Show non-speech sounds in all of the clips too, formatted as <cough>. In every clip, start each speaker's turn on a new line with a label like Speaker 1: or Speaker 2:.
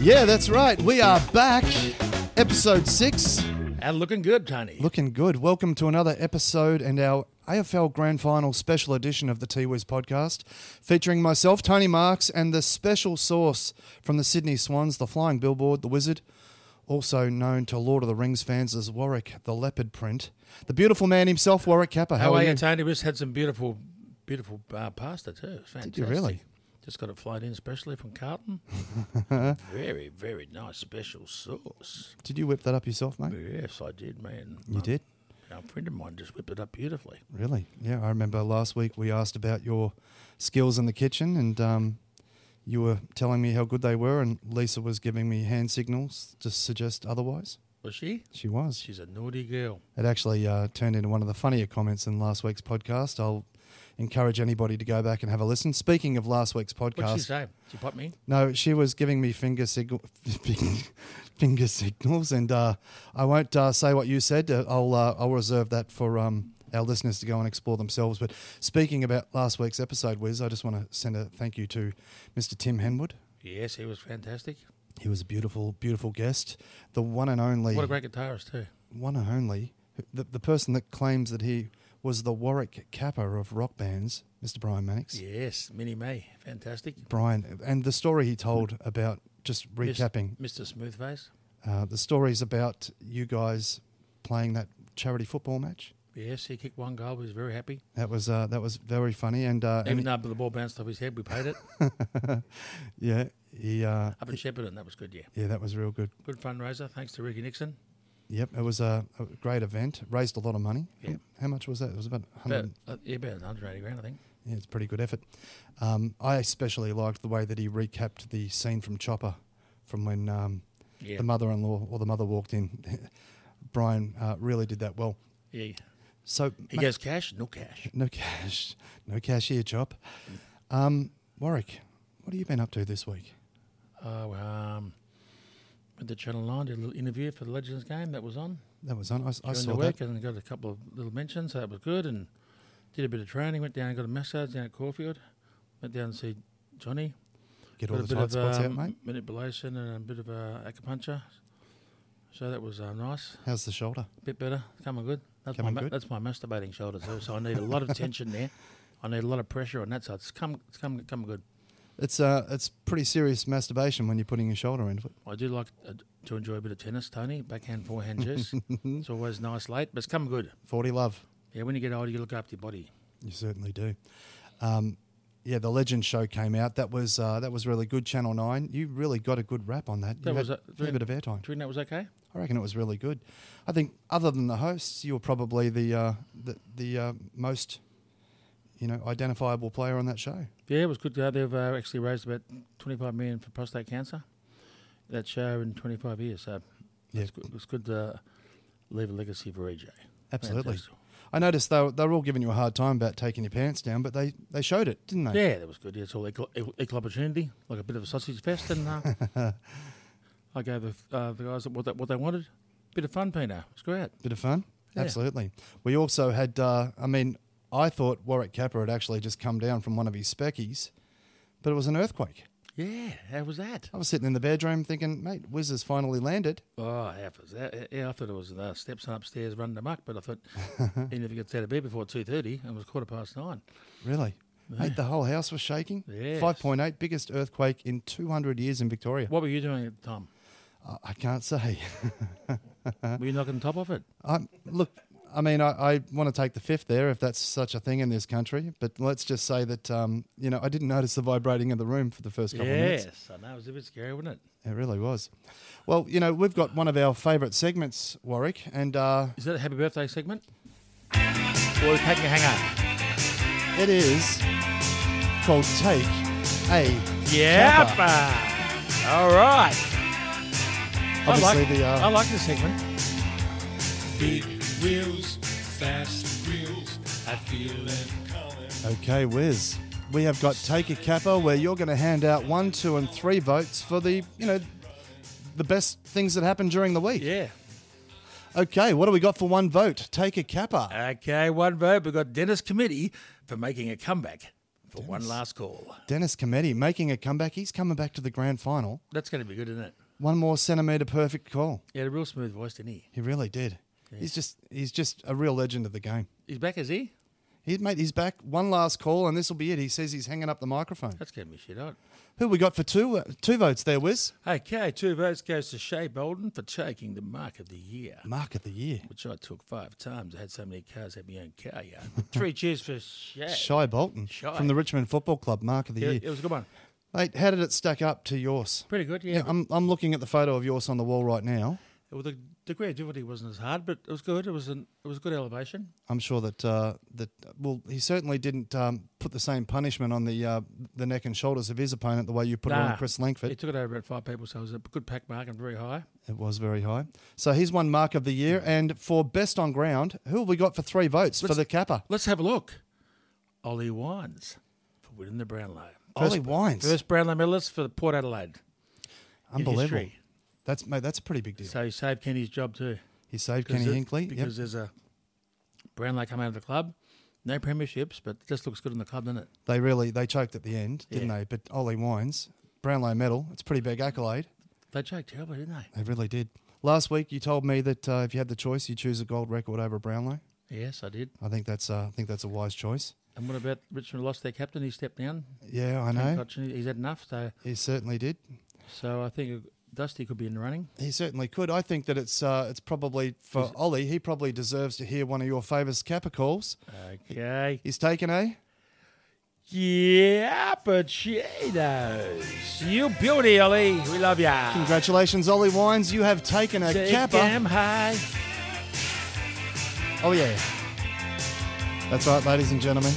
Speaker 1: Yeah, that's right. We are back. Episode six.
Speaker 2: And looking good, Tony.
Speaker 1: Looking good. Welcome to another episode and our AFL Grand Final special edition of the T Wiz podcast, featuring myself, Tony Marks, and the special source from the Sydney Swans, the Flying Billboard, the Wizard, also known to Lord of the Rings fans as Warwick the Leopard Print, the beautiful man himself, Warwick Kappa. How,
Speaker 2: How are you, Tony? We just had some beautiful, beautiful uh, pasta too. It was fantastic.
Speaker 1: you really?
Speaker 2: Just got it flown in especially
Speaker 1: <laughs>
Speaker 2: from Carlton. very, very nice special sauce.
Speaker 1: Did you whip that up yourself, mate?
Speaker 2: Yes, I did, man.
Speaker 1: You did?
Speaker 2: A friend of mine just whipped it up beautifully.
Speaker 1: Really? Yeah, I remember last week we asked about your skills in the kitchen, and um, you were telling me how good they were, and Lisa was giving me hand signals to suggest otherwise.
Speaker 2: Was she?
Speaker 1: She was.
Speaker 2: She's a naughty girl.
Speaker 1: It actually uh, turned into one of the funnier comments in last week's podcast. I'll encourage anybody to go back and have a listen. Speaking of last week's
Speaker 2: What'd she
Speaker 1: podcast,
Speaker 2: say? She popped me.
Speaker 1: no, she was giving me finger signal, <laughs> finger signals, and uh, I won't uh, say what you said. Uh, I'll uh, I'll reserve that for um, our listeners to go and explore themselves. But speaking about last week's episode, Wiz, I just want to send a thank you to Mr. Tim Henwood.
Speaker 2: Yes, he was fantastic.
Speaker 1: He was a beautiful, beautiful guest, the one and only,
Speaker 2: What a great guitarist too.
Speaker 1: one and only, the, the person that claims that he was the Warwick Kappa of rock bands, Mr. Brian Mannix.
Speaker 2: Yes, Minnie May, fantastic.
Speaker 1: Brian, and the story he told about just
Speaker 2: Mis-
Speaker 1: recapping
Speaker 2: Mr. Smoothface.
Speaker 1: Uh, the stories about you guys playing that charity football match.
Speaker 2: Yes, he kicked one goal. He was very happy.
Speaker 1: That was uh, that was very funny, and, uh,
Speaker 2: Even
Speaker 1: and
Speaker 2: though the ball bounced off his head, we paid it
Speaker 1: yeah, he uh,
Speaker 2: up in Shepparton. That was good. Yeah,
Speaker 1: yeah, that was real good.
Speaker 2: good fundraiser. Thanks to Ricky Nixon.
Speaker 1: Yep, it was a, a great event. Raised a lot of money.
Speaker 2: Yeah.
Speaker 1: How much was that? It was about
Speaker 2: About,
Speaker 1: hundred.
Speaker 2: uh, yeah, about 180 grand, I think.
Speaker 1: Yeah, it's a pretty good effort. Um, I especially liked the way that he recapped the scene from Chopper, from when um,
Speaker 2: Yeah.
Speaker 1: the mother-in-law or the mother walked in. <laughs> Brian uh, really did that well.
Speaker 2: yeah.
Speaker 1: So
Speaker 2: He goes, cash? No cash.
Speaker 1: No cash. No cash here, Chop. Um, Warwick, what have you been up to this week?
Speaker 2: Oh, um, went to Channel 9, did a little interview for the Legends game that was on
Speaker 1: That was on. I, I
Speaker 2: during
Speaker 1: saw
Speaker 2: the
Speaker 1: that.
Speaker 2: week and got a couple of little mentions. So that was good. And did a bit of training, went down and got a massage down at Caulfield. Went down and see Johnny.
Speaker 1: Get
Speaker 2: Got
Speaker 1: all
Speaker 2: a
Speaker 1: the
Speaker 2: bit
Speaker 1: tight
Speaker 2: of
Speaker 1: spots out,
Speaker 2: um,
Speaker 1: mate.
Speaker 2: manipulation and a bit of uh, acupuncture. So that was uh, nice.
Speaker 1: How's the shoulder?
Speaker 2: bit better. Coming good. That's
Speaker 1: Coming
Speaker 2: my ma-
Speaker 1: good?
Speaker 2: that's my masturbating shoulder too. So I need a lot of tension there. I need a lot of pressure on that side. It's come it's come come good.
Speaker 1: It's uh, it's pretty serious masturbation when you're putting your shoulder into it.
Speaker 2: I do like uh, to enjoy a bit of tennis, Tony. Backhand, forehand,
Speaker 1: <laughs>
Speaker 2: juice. it's always nice late, but it's come good.
Speaker 1: Forty love.
Speaker 2: Yeah, when you get older, you look after your body.
Speaker 1: You certainly do. Um, yeah, the Legend Show came out. That was uh, that was really good. Channel Nine. You really got a good rap on that. You
Speaker 2: That was
Speaker 1: had
Speaker 2: a-
Speaker 1: a fair bit of airtime.
Speaker 2: Do you think that was okay?
Speaker 1: I reckon it was really good. I think other than the hosts, you were probably the uh, the, the uh, most you know identifiable player on that show.
Speaker 2: Yeah, it was good. Uh, they've uh, actually raised about 25 million for prostate cancer. That show in 25 years. So
Speaker 1: Yeah.
Speaker 2: it's good. It's good to leave a legacy for EJ.
Speaker 1: Absolutely.
Speaker 2: Fantastic.
Speaker 1: I noticed they were, they were all giving you a hard time about taking your pants down, but they, they showed it, didn't they?
Speaker 2: Yeah, that was good. Yeah, it's all equal, equal, equal opportunity, like a bit of a sausage fest, and uh, <laughs> I gave the, uh, the guys what they, what they wanted. Bit of fun, Pino. It's great.
Speaker 1: Bit of fun.
Speaker 2: Yeah.
Speaker 1: Absolutely. We also had, uh, I mean, I thought Warwick Capper had actually just come down from one of his speckies, but it was an earthquake.
Speaker 2: Yeah, how was that?
Speaker 1: I was sitting in the bedroom thinking, mate, Wiz has finally landed.
Speaker 2: Oh, how was that? Yeah, I thought it was the steps and upstairs running amok, but I <laughs> thought even if you gets out of bed before two thirty, it was quarter past nine.
Speaker 1: Really? Mate, the whole house was shaking.
Speaker 2: Yes.
Speaker 1: 5.8, biggest earthquake in 200 years in Victoria.
Speaker 2: What were you doing at the time?
Speaker 1: I, I can't say. <laughs>
Speaker 2: Were you knocking the top off it?
Speaker 1: i look, I mean, I, I want to take the fifth there if that's such a thing in this country, but let's just say that, um, you know, I didn't notice the vibrating of the room for the first couple of minutes.
Speaker 2: Yes, I know. It was a bit scary, wasn't it?
Speaker 1: It really was. Well, you know, we've got one of our favourite segments, Warwick, and uh,
Speaker 2: Is that a happy birthday segment? Or take a hanger?
Speaker 1: it is called Take a.
Speaker 2: Yeah.
Speaker 1: Kappa.
Speaker 2: All right.
Speaker 1: Obviously,
Speaker 2: I like,
Speaker 1: the.
Speaker 2: I
Speaker 1: Uh,
Speaker 2: like this segment.
Speaker 3: Big wheels, fast wheels, I feel it coming.
Speaker 1: okay, Wiz. We have got Take a Kappa, where you're going to hand out one, two, and three votes for the, you know, the best things that happened during the week.
Speaker 2: Yeah.
Speaker 1: Okay, what do we got for one vote? Take a Kappa.
Speaker 2: Okay, one vote. We've got Dennis Committee for making a comeback for one last call.
Speaker 1: Dennis Cometti making a comeback. He's coming back to the grand final.
Speaker 2: That's going to be good, isn't it?
Speaker 1: One more centimetre perfect call.
Speaker 2: He had a real smooth voice, didn't he?
Speaker 1: He really did. He's just he's just a real legend of the game.
Speaker 2: He's back, is he?
Speaker 1: He made his back one last call, and this will be it. He says he's hanging up the microphone.
Speaker 2: That's going to be shit hot.
Speaker 1: Who we got for two uh, two votes there, Wiz?
Speaker 2: Okay, two votes goes to Shea Bolden for taking the mark of the year,
Speaker 1: Mark of the year.
Speaker 2: which I took five times. I had so many cars, I had my own car <laughs> yard. Three cheers for Shea.
Speaker 1: Shy Bolton
Speaker 2: Shy.
Speaker 1: from the Richmond Football Club. Mark of the
Speaker 2: Yeah,
Speaker 1: year.
Speaker 2: it was a good one.
Speaker 1: Mate, how did it stack up to yours?
Speaker 2: Pretty good, yeah.
Speaker 1: Yeah, I'm I'm looking at the photo of yours on the wall right now.
Speaker 2: well, the degree of difficulty wasn't as hard, but it was good. It was an it was a good elevation.
Speaker 1: I'm sure that uh, that well, he certainly didn't um, put the same punishment on the uh, the neck and shoulders of his opponent the way you put it
Speaker 2: Nah.
Speaker 1: on Chris Langford.
Speaker 2: It took it over at five people, so it was a good pack mark and very high.
Speaker 1: It was very high. So he's won mark of the year. And for best on ground, who have we got for three votes for
Speaker 2: Let's-
Speaker 1: the capper?
Speaker 2: Let's have a look. Ollie Wines for winning the Brownlow.
Speaker 1: Ollie Wines.
Speaker 2: First Brownlow medalist for Port Adelaide. in
Speaker 1: Unbelievable.
Speaker 2: history.
Speaker 1: That's mate, that's a pretty big deal.
Speaker 2: So he saved Kenny's job too.
Speaker 1: He saved
Speaker 2: Because
Speaker 1: Kenny
Speaker 2: it-
Speaker 1: Hinkley. Yep.
Speaker 2: Because there's a Brownlow come out of the club. No premierships, but it just looks good in the club, doesn't it?
Speaker 1: They really they choked at the end, didn't
Speaker 2: Yeah.
Speaker 1: they? But Ollie Wines, Brownlow medal. It's a pretty big accolade.
Speaker 2: They choked terribly, didn't they?
Speaker 1: They really did. Last week you told me that uh, if you had the choice, you choose a gold record over a Brownlow.
Speaker 2: Yes, I did.
Speaker 1: I think that's uh, I think that's a wise choice.
Speaker 2: And what about Richmond lost their captain? He stepped down.
Speaker 1: Yeah, I
Speaker 2: Ken
Speaker 1: know.
Speaker 2: Cotchin, he's had enough. So,
Speaker 1: He certainly did.
Speaker 2: so I think Dusty could be in the running.
Speaker 1: He certainly could. I think that it's uh, it's probably for Ollie. He probably deserves to hear one of your famous Kappa calls.
Speaker 2: Okay.
Speaker 1: He's taken a.
Speaker 2: Yeah, potatoes. You beauty, Ollie. We love ya.
Speaker 1: Congratulations, Ollie Wines. You have taken a
Speaker 2: Take
Speaker 1: Kappa.
Speaker 2: 'em high.
Speaker 1: Oh yeah, that's right, ladies and gentlemen.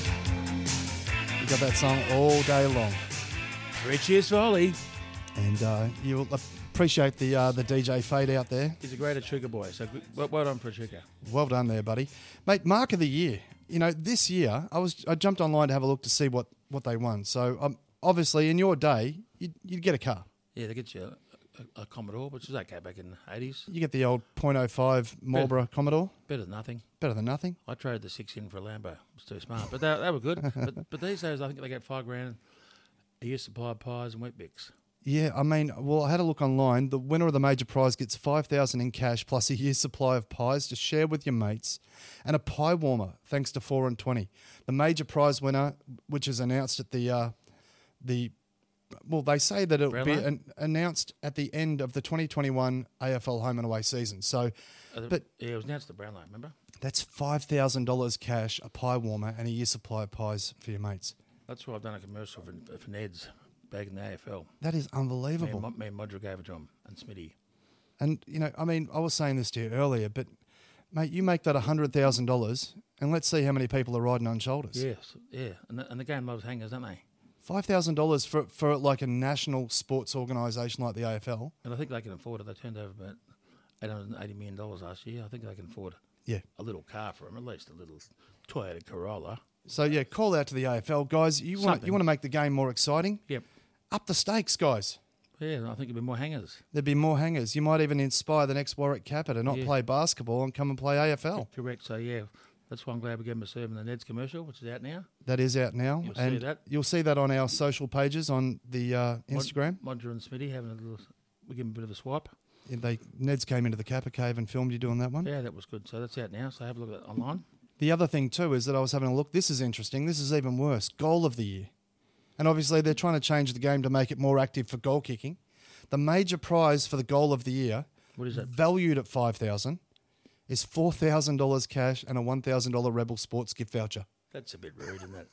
Speaker 1: You got that song all day long,
Speaker 2: Three cheers for Ollie.
Speaker 1: and uh, you'll appreciate the uh, the DJ fade out there.
Speaker 2: He's a great Echuca boy, so good- well, well done for Echuca.
Speaker 1: Well done there, buddy, mate. Mark of the year. You know, this year I was I jumped online to have a look to see what what they won. So um, obviously, in your day, you'd, you'd get a car.
Speaker 2: Yeah, they get you a, a, a Commodore, which is okay back in the 80s.
Speaker 1: You get the old .05 Marlboro Commodore.
Speaker 2: Better than nothing.
Speaker 1: Better than nothing.
Speaker 2: I traded the six in for a Lambo. It was too smart, but they, they were <laughs> good. but, but these days, I think they get five grand a year supply of pies and wheat bix.
Speaker 1: Yeah, I mean, well, I had a look online. The winner of the major prize gets five thousand in cash plus a year's supply of pies to share with your mates, and a pie warmer thanks to four and twenty. The major prize winner, which is announced at the uh, the well, they say that it'll be
Speaker 2: Brownlow?
Speaker 1: an, announced at the end of the 2021 AFL home and away season. So,
Speaker 2: Uh, the-
Speaker 1: but
Speaker 2: yeah, it was announced at Brownlow, remember?
Speaker 1: that's five thousand dollars cash, a pie warmer, and a year's supply of pies for your mates.
Speaker 2: That's why I've done a commercial for, for Ned's back in the AFL.
Speaker 1: That is
Speaker 2: Me
Speaker 1: unbelievable.
Speaker 2: and, Mo- me and Modra gave it to him and Smitty.
Speaker 1: And you know, I mean, I was saying this to you earlier, but mate, you make that hundred thousand dollars, and let's see how many people are riding on shoulders.
Speaker 2: Yes, yeah. And the, and the game loves hangers, don't they?
Speaker 1: Five thousand dollars for for like a national sports organisation like the AFL.
Speaker 2: And I think they can afford it. They turned over about $880 million last year. I think they can afford
Speaker 1: Yeah.
Speaker 2: a little car for him, at least a little Toyota Corolla.
Speaker 1: So yeah, call out to the AFL guys. You want
Speaker 2: Something.
Speaker 1: you want to make the game more exciting?
Speaker 2: Yep.
Speaker 1: Up the stakes, guys.
Speaker 2: Yeah, I think it'd be more hangers.
Speaker 1: There'd be more hangers. You might even inspire the next Warwick Capper to not
Speaker 2: Yeah.
Speaker 1: play basketball and come and play AFL.
Speaker 2: Correct. So yeah, that's why I'm glad we gave him a serve in the Ned's commercial, which is out now.
Speaker 1: That is out now,
Speaker 2: You'll see
Speaker 1: and
Speaker 2: that.
Speaker 1: you'll see that on our social pages on the uh, Instagram.
Speaker 2: Modra and Smitty having a little. We give him a bit of a swipe.
Speaker 1: They Ned's came into the Kappa Cave and filmed you doing that one.
Speaker 2: Yeah, that was good. So that's out now. So have a look at that online.
Speaker 1: The other thing too is that I was having a look. This is interesting. This is even worse. Goal of the year, and obviously they're trying to change the game to make it more active for goal kicking. The major prize for the goal of the year,
Speaker 2: What
Speaker 1: Mm.
Speaker 2: is that?
Speaker 1: valued at five thousand, is four thousand dollars cash and a one thousand dollar Rebel Sports gift voucher.
Speaker 2: That's a bit rude, isn't
Speaker 1: <laughs>
Speaker 2: it?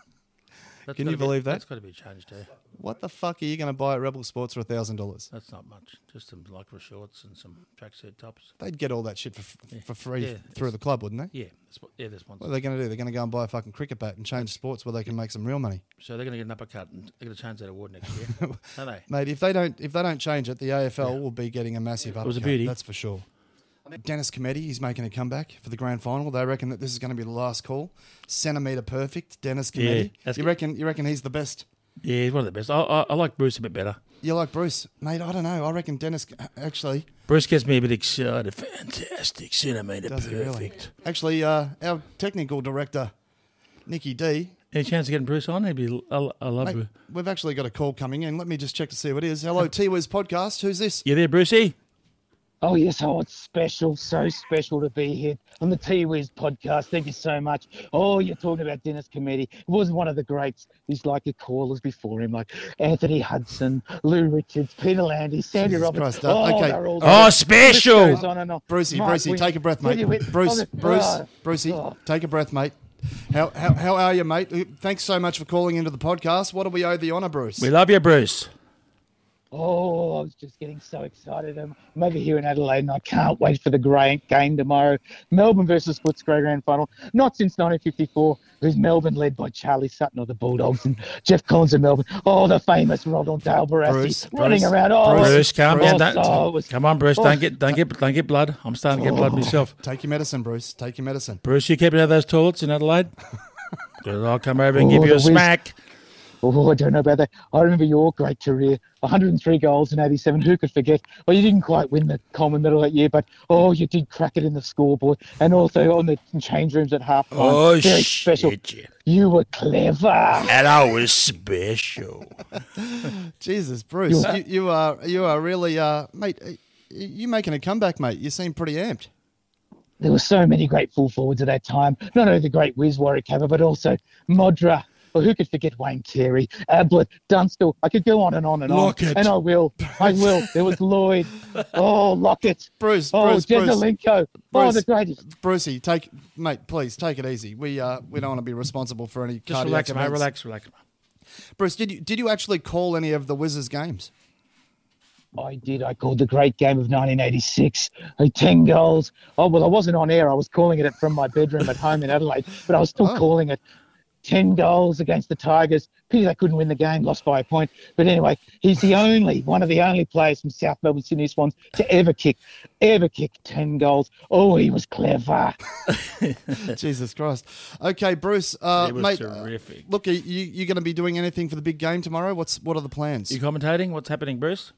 Speaker 2: That's
Speaker 1: Can
Speaker 2: gotta
Speaker 1: you
Speaker 2: be-
Speaker 1: believe that?
Speaker 2: That's got to be changed eh? too.
Speaker 1: What the fuck are you going to buy at Rebel Sports for thousand dollars?
Speaker 2: That's not much. Just some lycra shorts and some tracksuit tops.
Speaker 1: They'd get all that shit for, for free
Speaker 2: Yeah,
Speaker 1: through
Speaker 2: it's-
Speaker 1: the club, wouldn't they?
Speaker 2: Yeah, that's what, yeah, that's one.
Speaker 1: What are they going to do? They're going to go and buy a fucking cricket bat and change sports where they can make some real money.
Speaker 2: So they're going to get an uppercut and they're going to change that award next <laughs> year, are they?
Speaker 1: Mate, if they don't if they don't change it, the AFL will be getting a massive upcut.
Speaker 2: was a beauty.
Speaker 1: That's for sure. Dennis Cometti, he's making a comeback for the grand final. They reckon that this is going to be the last call. Centimeter perfect, Dennis Cometti.
Speaker 2: that's
Speaker 1: you
Speaker 2: good.
Speaker 1: reckon? You reckon he's the best?
Speaker 2: Yeah, he's one of the best. I, I, I like Bruce a bit better.
Speaker 1: You like Bruce, mate? I don't know. I reckon Dennis actually
Speaker 2: Bruce gets me a bit excited. Fantastic centimetre
Speaker 1: does he
Speaker 2: perfect.
Speaker 1: really? Actually, uh, our technical director, Nikki D,
Speaker 2: Any chance of getting Bruce on? He'd be. I, I love
Speaker 1: Mate,
Speaker 2: you.
Speaker 1: we've actually got a call coming in. Let me just check to see who it is. Hello, T Wiz Podcast. Who's this?
Speaker 2: You there, Brucey?
Speaker 4: Oh yes, oh it's special, so special to be here on the T Wiz podcast. Thank you so much. Oh, you're talking about Dennis Cometti. He was one of the greats. He's like the callers before him, like Anthony Hudson, Lou Richards, Peter Landy, Sandy
Speaker 1: Jesus
Speaker 4: Roberts.
Speaker 1: Christ, uh,
Speaker 4: oh,
Speaker 1: okay.
Speaker 4: they're all
Speaker 2: Oh,
Speaker 4: great. This goes
Speaker 2: special.
Speaker 4: on and on.
Speaker 1: Brucey,
Speaker 4: Mike,
Speaker 1: Brucey,
Speaker 4: we-
Speaker 1: take a breath,
Speaker 4: we-
Speaker 1: mate.
Speaker 4: we-
Speaker 1: Bruce,
Speaker 4: oh,
Speaker 1: Bruce,
Speaker 4: oh,
Speaker 1: Brucey,
Speaker 4: oh.
Speaker 1: take a breath, mate. How, how, how are you, mate? Uh, Thanks so much for calling into the podcast. What do we owe the honour, Bruce?
Speaker 2: We love you, Bruce.
Speaker 4: Oh, I was just getting so excited. I'm I'm over here in Adelaide and I can't wait for the great game tomorrow. Melbourne versus Footscray Grand Final. Not since 1954, who's Melbourne led by Charlie Sutton of the Bulldogs and Jeff Collins of Melbourne. Oh, the famous Ronald Dale Barassi
Speaker 1: Bruce,
Speaker 4: running
Speaker 1: Bruce,
Speaker 4: around. Oh,
Speaker 1: Bruce,
Speaker 2: Bruce, calm
Speaker 1: Bruce.
Speaker 2: down. Don't-
Speaker 4: Oh, it was-
Speaker 2: come on, Bruce.
Speaker 4: oh.
Speaker 2: Don't get, don't get, don't get blood. I'm starting to get blood myself.
Speaker 1: Take your medicine, Bruce. Take your medicine.
Speaker 2: Bruce, you keep it out of those toilets in Adelaide. 'Cause I'll come over and
Speaker 4: Oh,
Speaker 2: give you
Speaker 4: the
Speaker 2: a
Speaker 4: whiz.
Speaker 2: smack.
Speaker 4: Oh, I don't know about that. I remember your great career 103 goals in 87. Who could forget? Well, you didn't quite win the Coleman medal that year, but oh, you did crack it in the scoreboard and also on the change rooms at half time.
Speaker 2: Oh,
Speaker 4: Very special.
Speaker 2: shit. yeah.
Speaker 4: You were clever.
Speaker 2: And I was special.
Speaker 1: Jesus, Bruce, you, you are you are really, uh, mate. uh, You making a comeback, mate? You seem pretty amped.
Speaker 4: There were so many great full forwards at that time. Not only the great Wiz Warwick Hammer, but also Modra. Well, who could forget Wayne Carey, Ablett, Dunstall? I could go on and on and
Speaker 2: Lockett.
Speaker 4: on. And I will. I will.
Speaker 1: <laughs>
Speaker 4: There was Lloyd. Oh, Lockett.
Speaker 1: Bruce,
Speaker 4: Oh,
Speaker 1: Bruce, Bruce.
Speaker 4: Jezelenko. Oh,
Speaker 1: Bruce.
Speaker 4: the greatest.
Speaker 1: Brucey, take mate, please take it easy. We uh, we don't want to be responsible for any
Speaker 2: Just
Speaker 1: cardiac
Speaker 2: relax, mate.
Speaker 1: events.
Speaker 2: Relax, relax.
Speaker 1: Bruce, did you did you actually call any of the Wizards games?
Speaker 4: I did. I called the great game of 1986. I had 10 goals. Oh, well, I wasn't on air. I was calling it from my bedroom at home in Adelaide, but I was still
Speaker 1: Oh.
Speaker 4: calling it. 10 goals against the Tigers. Pity they couldn't win the game, lost by a point. But anyway, he's the only, one of the only players from South Melbourne Sydney Swans to ever kick, ever kick 10 goals. Oh, he was clever.
Speaker 1: Jesus Christ. Okay, Bruce, uh,
Speaker 2: It was
Speaker 1: mate. uh,
Speaker 2: terrific.
Speaker 1: look, are you you going to be doing anything for the big game tomorrow? What's what are the plans?
Speaker 2: You commentating? What's happening, Bruce?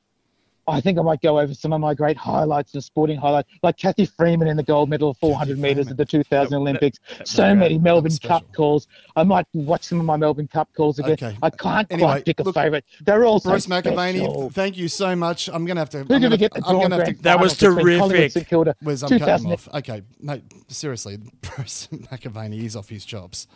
Speaker 4: I think I might go over some of my great highlights and sporting highlights, like Kathy Freeman in the gold medal of 400 metres at the 2000 Olympics. so
Speaker 2: great.
Speaker 4: many Melbourne
Speaker 1: special.
Speaker 4: Cup calls. I might watch some of my Melbourne Cup calls again.
Speaker 1: Okay.
Speaker 4: I can't
Speaker 1: Anyway,
Speaker 4: quite pick a
Speaker 1: look,
Speaker 4: favourite. They're all
Speaker 1: Bruce
Speaker 4: so
Speaker 1: McAvaney,
Speaker 4: special.
Speaker 1: thank you so much. I'm going to have to. I'm
Speaker 4: Who did
Speaker 1: gonna-
Speaker 4: we get the
Speaker 1: I'm
Speaker 4: drawn
Speaker 1: going to have
Speaker 4: grand
Speaker 1: to.
Speaker 2: That
Speaker 4: final
Speaker 2: was
Speaker 4: between Collingwood
Speaker 2: terrific.
Speaker 4: and St Kilda?
Speaker 1: Where's I'm cutting
Speaker 4: 2000
Speaker 1: him off? Okay, mate. Seriously, <laughs> Bruce McAvaney is off his chops.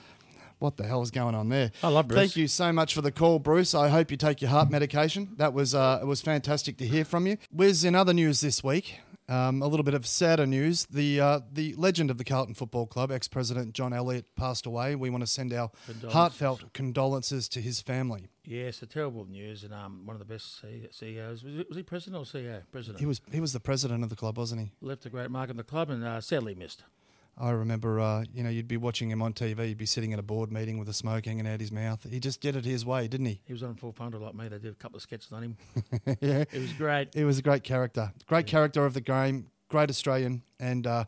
Speaker 1: What the hell is going on there?
Speaker 2: I love Bruce.
Speaker 1: Thank you so much for the call, Bruce. I hope you take your heart medication. That was uh, it was fantastic to hear from you. Wiz, in other news this week, um, a little bit of sadder news. The uh, the legend of the Carlton Football Club, ex president John Elliott, passed away. We want to send our heartfelt condolences to his family.
Speaker 2: Yes, the terrible news, and um, one of the best C- CEOs. Was, he- was he president or CEO? President.
Speaker 1: He was he was the president of the club, wasn't he?
Speaker 2: Left a great mark on the club and uh, sadly missed.
Speaker 1: I remember, uh, you know, you'd be watching him on TV. You'd be sitting at a board meeting with a smoke hanging out his mouth. He just did it his way, didn't he?
Speaker 2: He was on Full Frontal like me. They did a couple of sketches on him. <laughs>
Speaker 1: yeah,
Speaker 2: It was great.
Speaker 1: he was a great character, great character of the game, great Australian, and uh,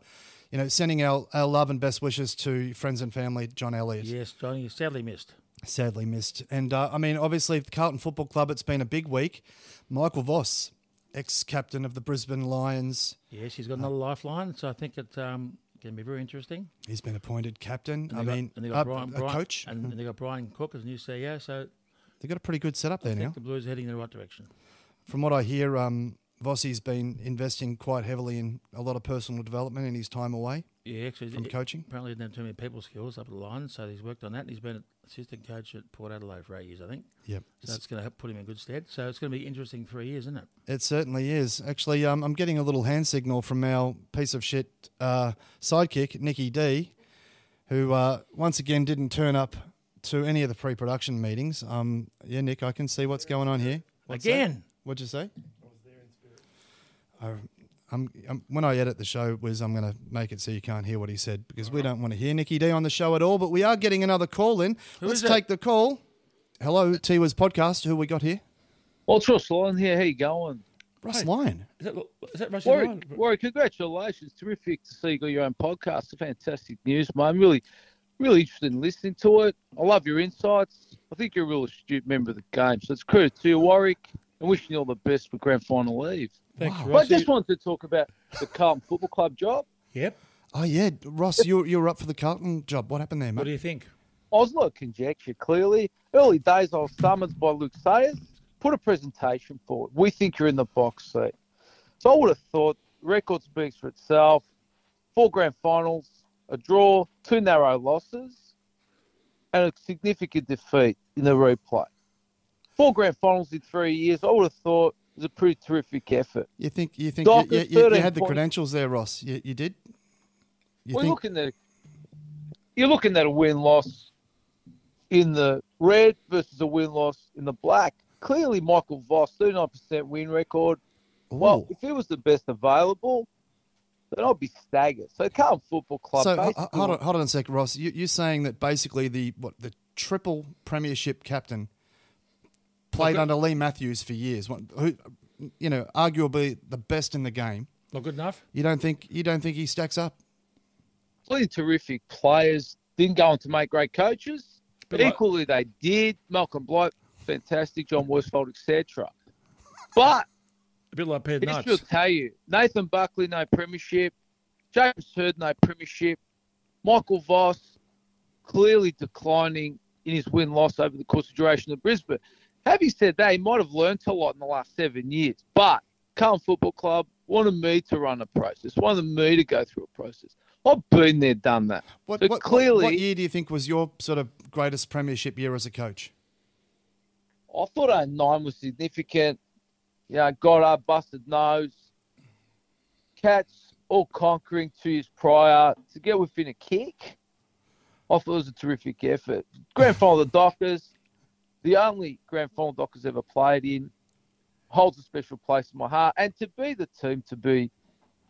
Speaker 1: you know, sending our, our love and best wishes to friends and family, John Elliott.
Speaker 2: Yes, Johnny, sadly missed.
Speaker 1: Sadly missed, and uh, I mean, obviously, the Carlton Football Club. It's been a big week. Michael Voss, ex-captain of the Brisbane Lions,
Speaker 2: Yes, he's got another lifeline, so I think it's um, going to be very interesting.
Speaker 1: he's been appointed captain. I
Speaker 2: They got-
Speaker 1: mean,
Speaker 2: and they got
Speaker 1: uh,
Speaker 2: Brian,
Speaker 1: a
Speaker 2: Brian-
Speaker 1: coach.
Speaker 2: and, and they got Brian Cook as new CEO. So
Speaker 1: They've got a pretty good setup there
Speaker 2: I
Speaker 1: now.
Speaker 2: think the Blues are heading in the right direction.
Speaker 1: From what I hear, um, Vossi's been investing quite heavily in a lot of personal development in his time away.
Speaker 2: Yeah, actually,
Speaker 1: From
Speaker 2: he-
Speaker 1: coaching?
Speaker 2: Apparently, he didn't have too many people skills up at the line, so he's worked on that. And he's been an assistant coach at Port Adelaide for eight years, I think.
Speaker 1: Yep.
Speaker 2: So it's going to help put him in good stead. So it's going to be interesting three years, isn't it?
Speaker 1: It certainly is. Actually, um, I'm getting a little hand signal from our piece of shit uh, sidekick, Nikki D, who uh, once again didn't turn up to any of the pre production meetings. Um, yeah, Nick, I can see what's going on here. What's that?
Speaker 2: Again.
Speaker 1: What'd you say? I was there in spirit. I, am when I edit the show, Wiz, I'm going to make it so you can't hear what he said because we don't want to hear Nikki D on the show at all. But we are getting another call in. Let's
Speaker 2: is it?
Speaker 1: take the call. Hello, T Wiz Podcast. Who we got here?
Speaker 5: Well, it's Russ Lyon here. How you going?
Speaker 1: Russ Lyon.
Speaker 2: Is that, is that Russell
Speaker 5: Warwick,
Speaker 2: Lyon?
Speaker 5: Warwick, congratulations. Terrific to see you got your own podcast. It's fantastic news, mate. I'm really, really interested in listening to it. I love your insights. I think you're a real astute member of the game. So it's credit to you, Warwick, and wishing you all the best for grand final eve.
Speaker 2: Thanks,
Speaker 1: Wow.
Speaker 5: But I
Speaker 2: Russ.
Speaker 5: just wanted to talk about the Carlton Football Club job.
Speaker 2: Yep.
Speaker 1: Oh, yeah. Ross, you, you were up for the Carlton job. What happened there,
Speaker 2: What do
Speaker 1: mate?
Speaker 2: you think?
Speaker 5: I was a lot of conjecture, clearly. Early days, I was summoned by Luke Sayers. Put a presentation forward. We think you're in the box seat. So I would have thought record speaks for itself. Four grand finals, a draw, two narrow losses, and a significant defeat in the replay. Four grand finals in three years, I would have thought it was a pretty terrific effort.
Speaker 1: You think you think
Speaker 5: Doc,
Speaker 1: you, you,
Speaker 5: it's
Speaker 1: you, you
Speaker 5: 13
Speaker 1: had the
Speaker 5: points.
Speaker 1: credentials there, Ross? You, you did. You
Speaker 5: We're
Speaker 1: think
Speaker 5: looking at you're looking at a win loss in the red versus a win loss in the black. Clearly, Michael Voss, thirty nine percent win record. Well,
Speaker 1: Ooh.
Speaker 5: if he was the best available, then I'd be staggered. So, Carlton Football Club.
Speaker 1: so ho- ho-
Speaker 5: basically-
Speaker 1: hold on, hold on a sec, Ross. You, you're saying that basically the what the triple premiership captain played under Lee Matthews for years, one- who you know arguably the best in the game.
Speaker 2: Not good enough.
Speaker 1: You don't think you don't think he stacks up?
Speaker 5: plenty of terrific players didn't go on to make great coaches, but
Speaker 2: Blight.
Speaker 5: equally they did. Malcolm Blight, fantastic. John Worsfold, etc. But
Speaker 2: A bit like paired
Speaker 5: History will
Speaker 2: nuts.
Speaker 5: tell you. Nathan Buckley, no premiership. James Hurd, no premiership. Michael Voss, clearly declining in his win loss over the course of duration of Brisbane. Having said that, he might have learnt a lot in the last seven years, but Carlton Football Club wanted me to run a process, wanted me to go through a process. I've been there, done that.
Speaker 1: What,
Speaker 5: So
Speaker 1: what- what-
Speaker 5: clearly,
Speaker 1: what year do you think was your sort of greatest premiership year as a coach?
Speaker 5: I thought 09 was significant. You know, Goddard, busted nose. Cats, all conquering two years prior. To get within a kick, I thought it was a terrific effort. Grand final of the Dockers, the only grand final Dockers ever played in, holds a special place in my heart. And to be the team to be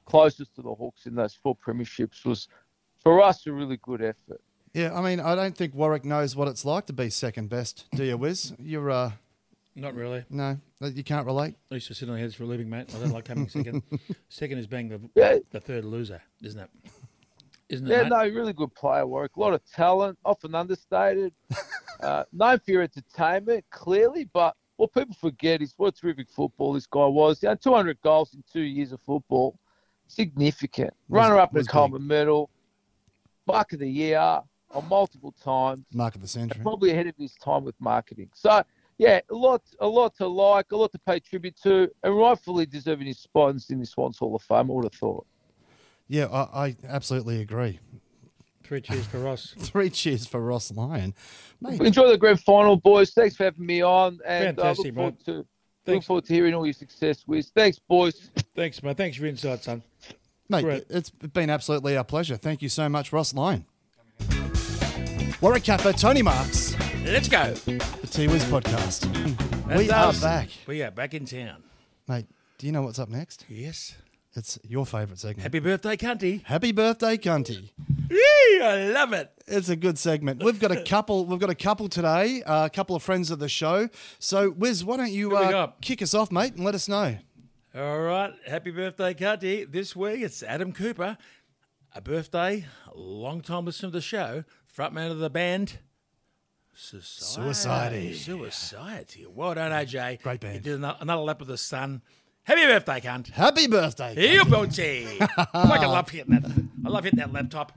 Speaker 5: closest to the Hawks in those four premierships was, for us, a really good effort.
Speaker 1: Yeah, I mean, I don't think Warwick knows what it's like to be second best, do you, Wiz? You're uh,
Speaker 2: Not really.
Speaker 1: no, you can't relate.
Speaker 2: I used to sit on the heads for a living, mate. I don't like coming
Speaker 5: <laughs>
Speaker 2: second. second is being the,
Speaker 5: Yeah.
Speaker 2: the third loser, isn't it? Isn't it?
Speaker 5: Yeah,
Speaker 2: mate?
Speaker 5: no, really good player work. A lot of talent,
Speaker 1: <laughs>
Speaker 5: often understated. uh, known for your entertainment, clearly, but what people forget is what a terrific football this guy was. You know, 200 goals in two years of football, significant.
Speaker 1: Was-
Speaker 5: Runner up
Speaker 1: was
Speaker 5: in
Speaker 1: big.
Speaker 5: Coleman Medal, Mark of the Year, on multiple times
Speaker 1: Mark of the century.
Speaker 5: probably ahead of his time with marketing. So yeah, a lot, a lot to like, a lot to pay tribute to, and rightfully deserving his spot in the Swans Hall of Fame. I would have thought.
Speaker 1: Yeah, I, I absolutely agree. <laughs>
Speaker 2: Three cheers for Ross.
Speaker 1: Three cheers for Ross Lyon, mate.
Speaker 5: Enjoy the grand final, boys. Thanks for having me on, and I
Speaker 2: Fantastic,
Speaker 5: look forward
Speaker 2: mate.
Speaker 5: to look
Speaker 2: Thanks.
Speaker 5: forward to hearing all your success, Wiz. Thanks, boys.
Speaker 2: Thanks, mate. Thanks for your insight, son.
Speaker 1: Mate,
Speaker 2: Great.
Speaker 1: it's been absolutely our pleasure. Thank you so much, Ross Lyon. Warwick Kappa, Tony Marks,
Speaker 2: Let's go.
Speaker 1: the T Wiz podcast. we
Speaker 2: us.
Speaker 1: are back.
Speaker 2: We are back in town.
Speaker 1: Mate, do you know what's up next?
Speaker 2: Yes.
Speaker 1: It's your favourite segment. Happy,
Speaker 2: Happy birthday, cunty.
Speaker 1: birthday, cunty.
Speaker 2: Yee, I love it.
Speaker 1: It's a good segment. We've got a couple. We've got a couple today. uh, A couple of friends of the show. So, Wiz, why don't you
Speaker 2: Who we
Speaker 1: uh,
Speaker 2: got?
Speaker 1: kick us off, mate, and let us know?
Speaker 2: All right. Happy birthday, Cunty. This week it's Adam Cooper. A birthday, long time listener of the show, frontman of the band. Society.
Speaker 1: Suicide.
Speaker 2: Suicide. Well done, AJ.
Speaker 1: Great band.
Speaker 2: You did ano- another lap of the sun. Happy birthday, cunt.
Speaker 1: Happy birthday!
Speaker 2: You
Speaker 1: <laughs>
Speaker 2: beauty. Fucking love hitting that. I love hitting that laptop.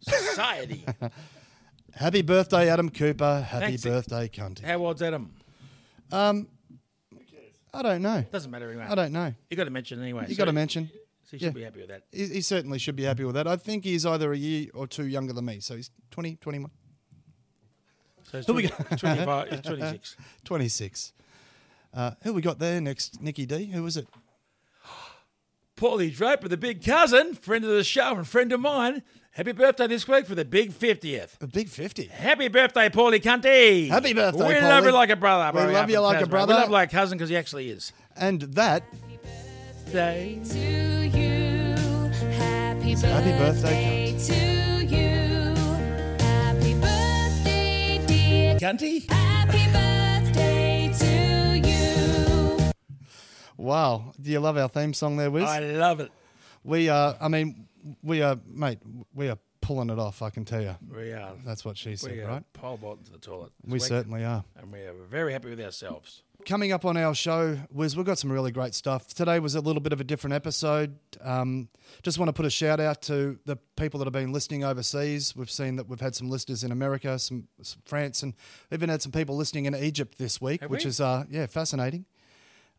Speaker 2: Society.
Speaker 1: Happy birthday, Adam Cooper. Happy
Speaker 2: Thanks.
Speaker 1: birthday, cunty.
Speaker 2: How old's Adam?
Speaker 1: I don't know.
Speaker 2: Doesn't matter anyway.
Speaker 1: I don't know.
Speaker 2: You got to mention anyway.
Speaker 1: You got to mention.
Speaker 2: So you should
Speaker 1: yeah.
Speaker 2: be happy with that.
Speaker 1: He, he certainly should be happy with that. I think he's either a year or two younger than me, so he's 20, 21,
Speaker 2: So it's
Speaker 1: Here we
Speaker 2: 20, 25, it's 26.
Speaker 1: 26. Uh, who we got there next? Nikki D. Who was it?
Speaker 2: Paulie Draper, the big cousin, friend of the show and friend of mine. Happy birthday this week for the big 50th.
Speaker 1: The big 50.
Speaker 2: Happy birthday, Paulie Cunty.
Speaker 1: Happy birthday,
Speaker 2: We love you
Speaker 1: Paulie.
Speaker 2: like a brother.
Speaker 1: We
Speaker 2: bro,
Speaker 1: love
Speaker 2: up
Speaker 1: you
Speaker 2: in
Speaker 1: like a
Speaker 2: Tasman.
Speaker 1: brother.
Speaker 2: We love you like a cousin because he actually is.
Speaker 1: And that.
Speaker 2: Day.
Speaker 6: to you. Happy
Speaker 1: happy
Speaker 6: birthday
Speaker 1: birthday,
Speaker 6: to you. Happy birthday, dear.
Speaker 2: Cunty.
Speaker 6: Happy birthday to you.
Speaker 1: Wow. Do you love our theme song there, Wiz?
Speaker 2: I love it.
Speaker 1: We are. I mean, we are, mate. We are pulling it off. I can tell you.
Speaker 2: We are.
Speaker 1: That's what she said,
Speaker 2: we are
Speaker 1: right?
Speaker 2: pole vaulting to the toilet. this
Speaker 1: We
Speaker 2: week,
Speaker 1: certainly are.
Speaker 2: And we are very happy with ourselves.
Speaker 1: coming up on our show was we've got some really great stuff. Today was a little bit of a different episode. Um, just want to put a shout out to the people that have been listening overseas. We've seen that we've had some listeners in America, some, some France, and even had some people listening in Egypt this week, which
Speaker 2: we?
Speaker 1: is uh, yeah fascinating.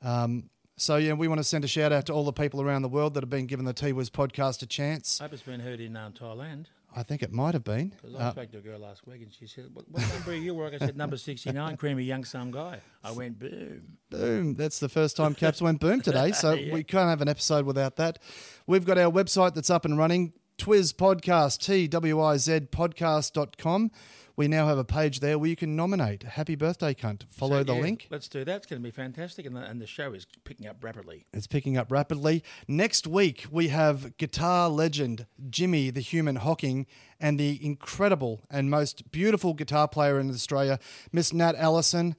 Speaker 1: Um, so yeah, we want to send a shout out to all the people around the world that have been given the T Wiz podcast a chance.
Speaker 2: I hope it's been heard in um, Thailand.
Speaker 1: I think it might have been.
Speaker 2: Because I spoke to a girl last week and she said, What, what number are you? Like I said, number 69, creamy young some guy. I went, Boom.
Speaker 1: Boom. That's the first time Caps went boom today, so we can't have an episode without that. We've got our website that's up and running, Twiz Podcast, T-W-I-Z podcast.com. We now have a page there where you can nominate Happy Birthday Cunt. Follow
Speaker 2: So,
Speaker 1: the
Speaker 2: yeah,
Speaker 1: link.
Speaker 2: Let's do that. It's going to be fantastic. And the, and the show is picking up rapidly.
Speaker 1: It's picking up rapidly. Next week, we have guitar legend Jimmy the Human Hocking and the incredible and most beautiful guitar player in Australia, Miss Nat Allison.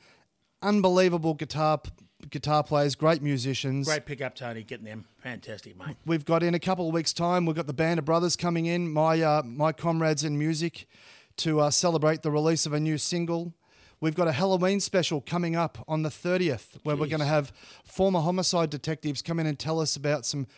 Speaker 1: Unbelievable guitar guitar players, great musicians.
Speaker 2: Great pickup, Tony, getting them. Fantastic, mate.
Speaker 1: <laughs> We've got in a couple of weeks' time. We've got the band of brothers coming in, my uh, my comrades in music, to uh, celebrate the release of a new single. We've got a Halloween special coming up on the thirtieth, where we're going to have former homicide detectives come in and tell us about some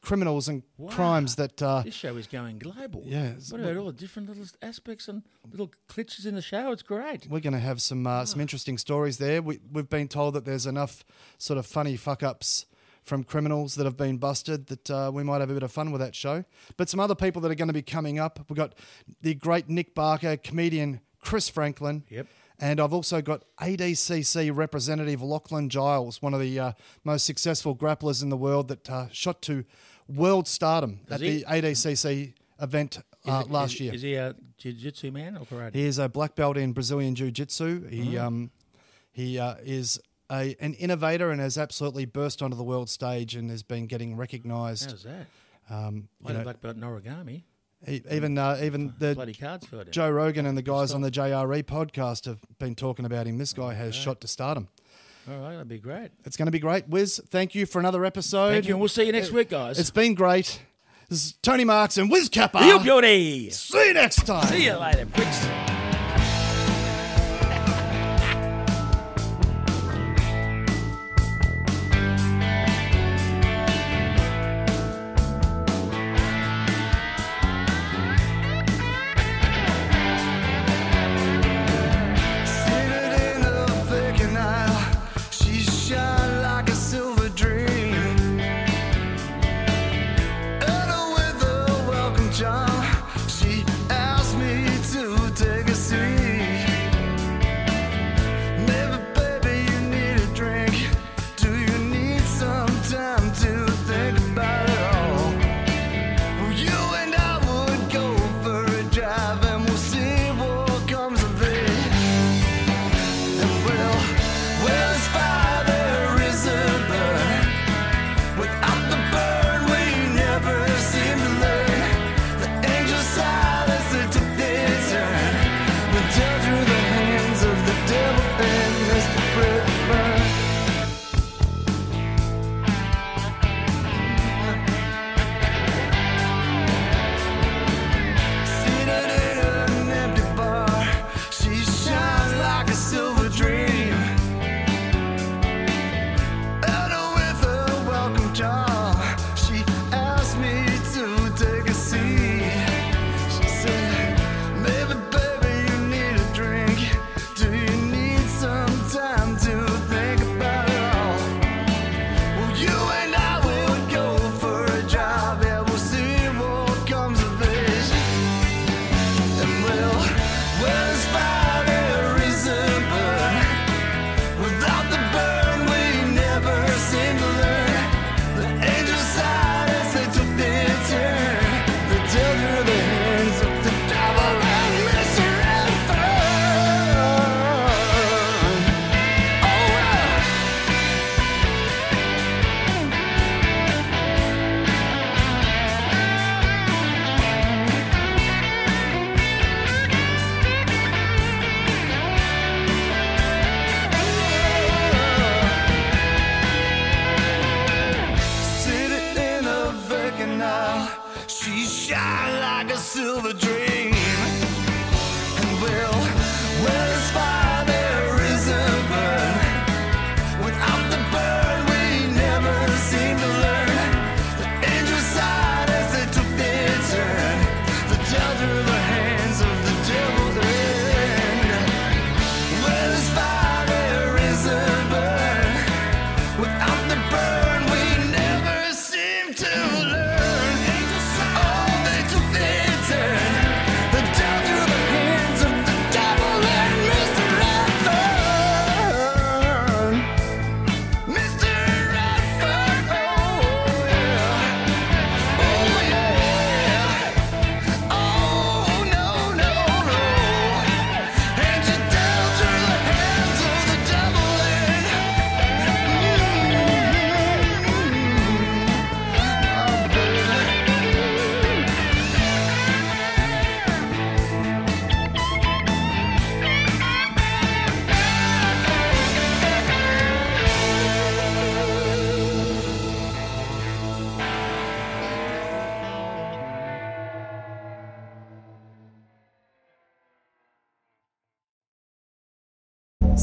Speaker 1: criminals and crimes that. Uh,
Speaker 2: This show is going global.
Speaker 1: Yeah, it's-
Speaker 2: What about all the different little aspects and little glitches in the show? It's great.
Speaker 1: we're going to have some uh, some interesting stories there. We, we've been told that there's enough sort of funny fuck ups from criminals that have been busted that uh, we might have a bit of fun with that show. But some other people that are going to be coming up, we've got the great Nick Barker, comedian Chris Franklin.
Speaker 2: Yep.
Speaker 1: And I've also got ADCC representative Lachlan Giles, one of the uh, most successful grapplers in the world that uh, shot to world stardom at
Speaker 2: he?
Speaker 1: the ADCC event uh,
Speaker 2: Is-
Speaker 1: last
Speaker 2: is-
Speaker 1: year.
Speaker 2: Is he a jiu jitsu man or karate?
Speaker 1: He is a black belt in Brazilian Jiu Jitsu. He
Speaker 2: Mm-hmm.
Speaker 1: um, he uh, is a, an innovator and has absolutely burst onto the world stage and has been getting recognised.
Speaker 2: How's that? Um, I had a black belt in origami.
Speaker 1: E- Even uh, even the
Speaker 2: Bloody cards for it.
Speaker 1: Joe Rogan and the guys on the JRE podcast have been talking about him. This guy has shot to stardom.
Speaker 2: All right, that'd be great.
Speaker 1: It's going to be great. Wiz, thank you for another episode.
Speaker 2: Thank you, and we'll see you next week, guys.
Speaker 1: It's been great. This is Tony Marks and Wiz Kappa.
Speaker 2: you beauty.
Speaker 1: See you next time.
Speaker 2: See you later, pricks.
Speaker 7: Sitting in a vacant aisle, she shone like a silver dream. And with a welcome charm, she asked me to take
Speaker 8: Oh, Oh, Oh,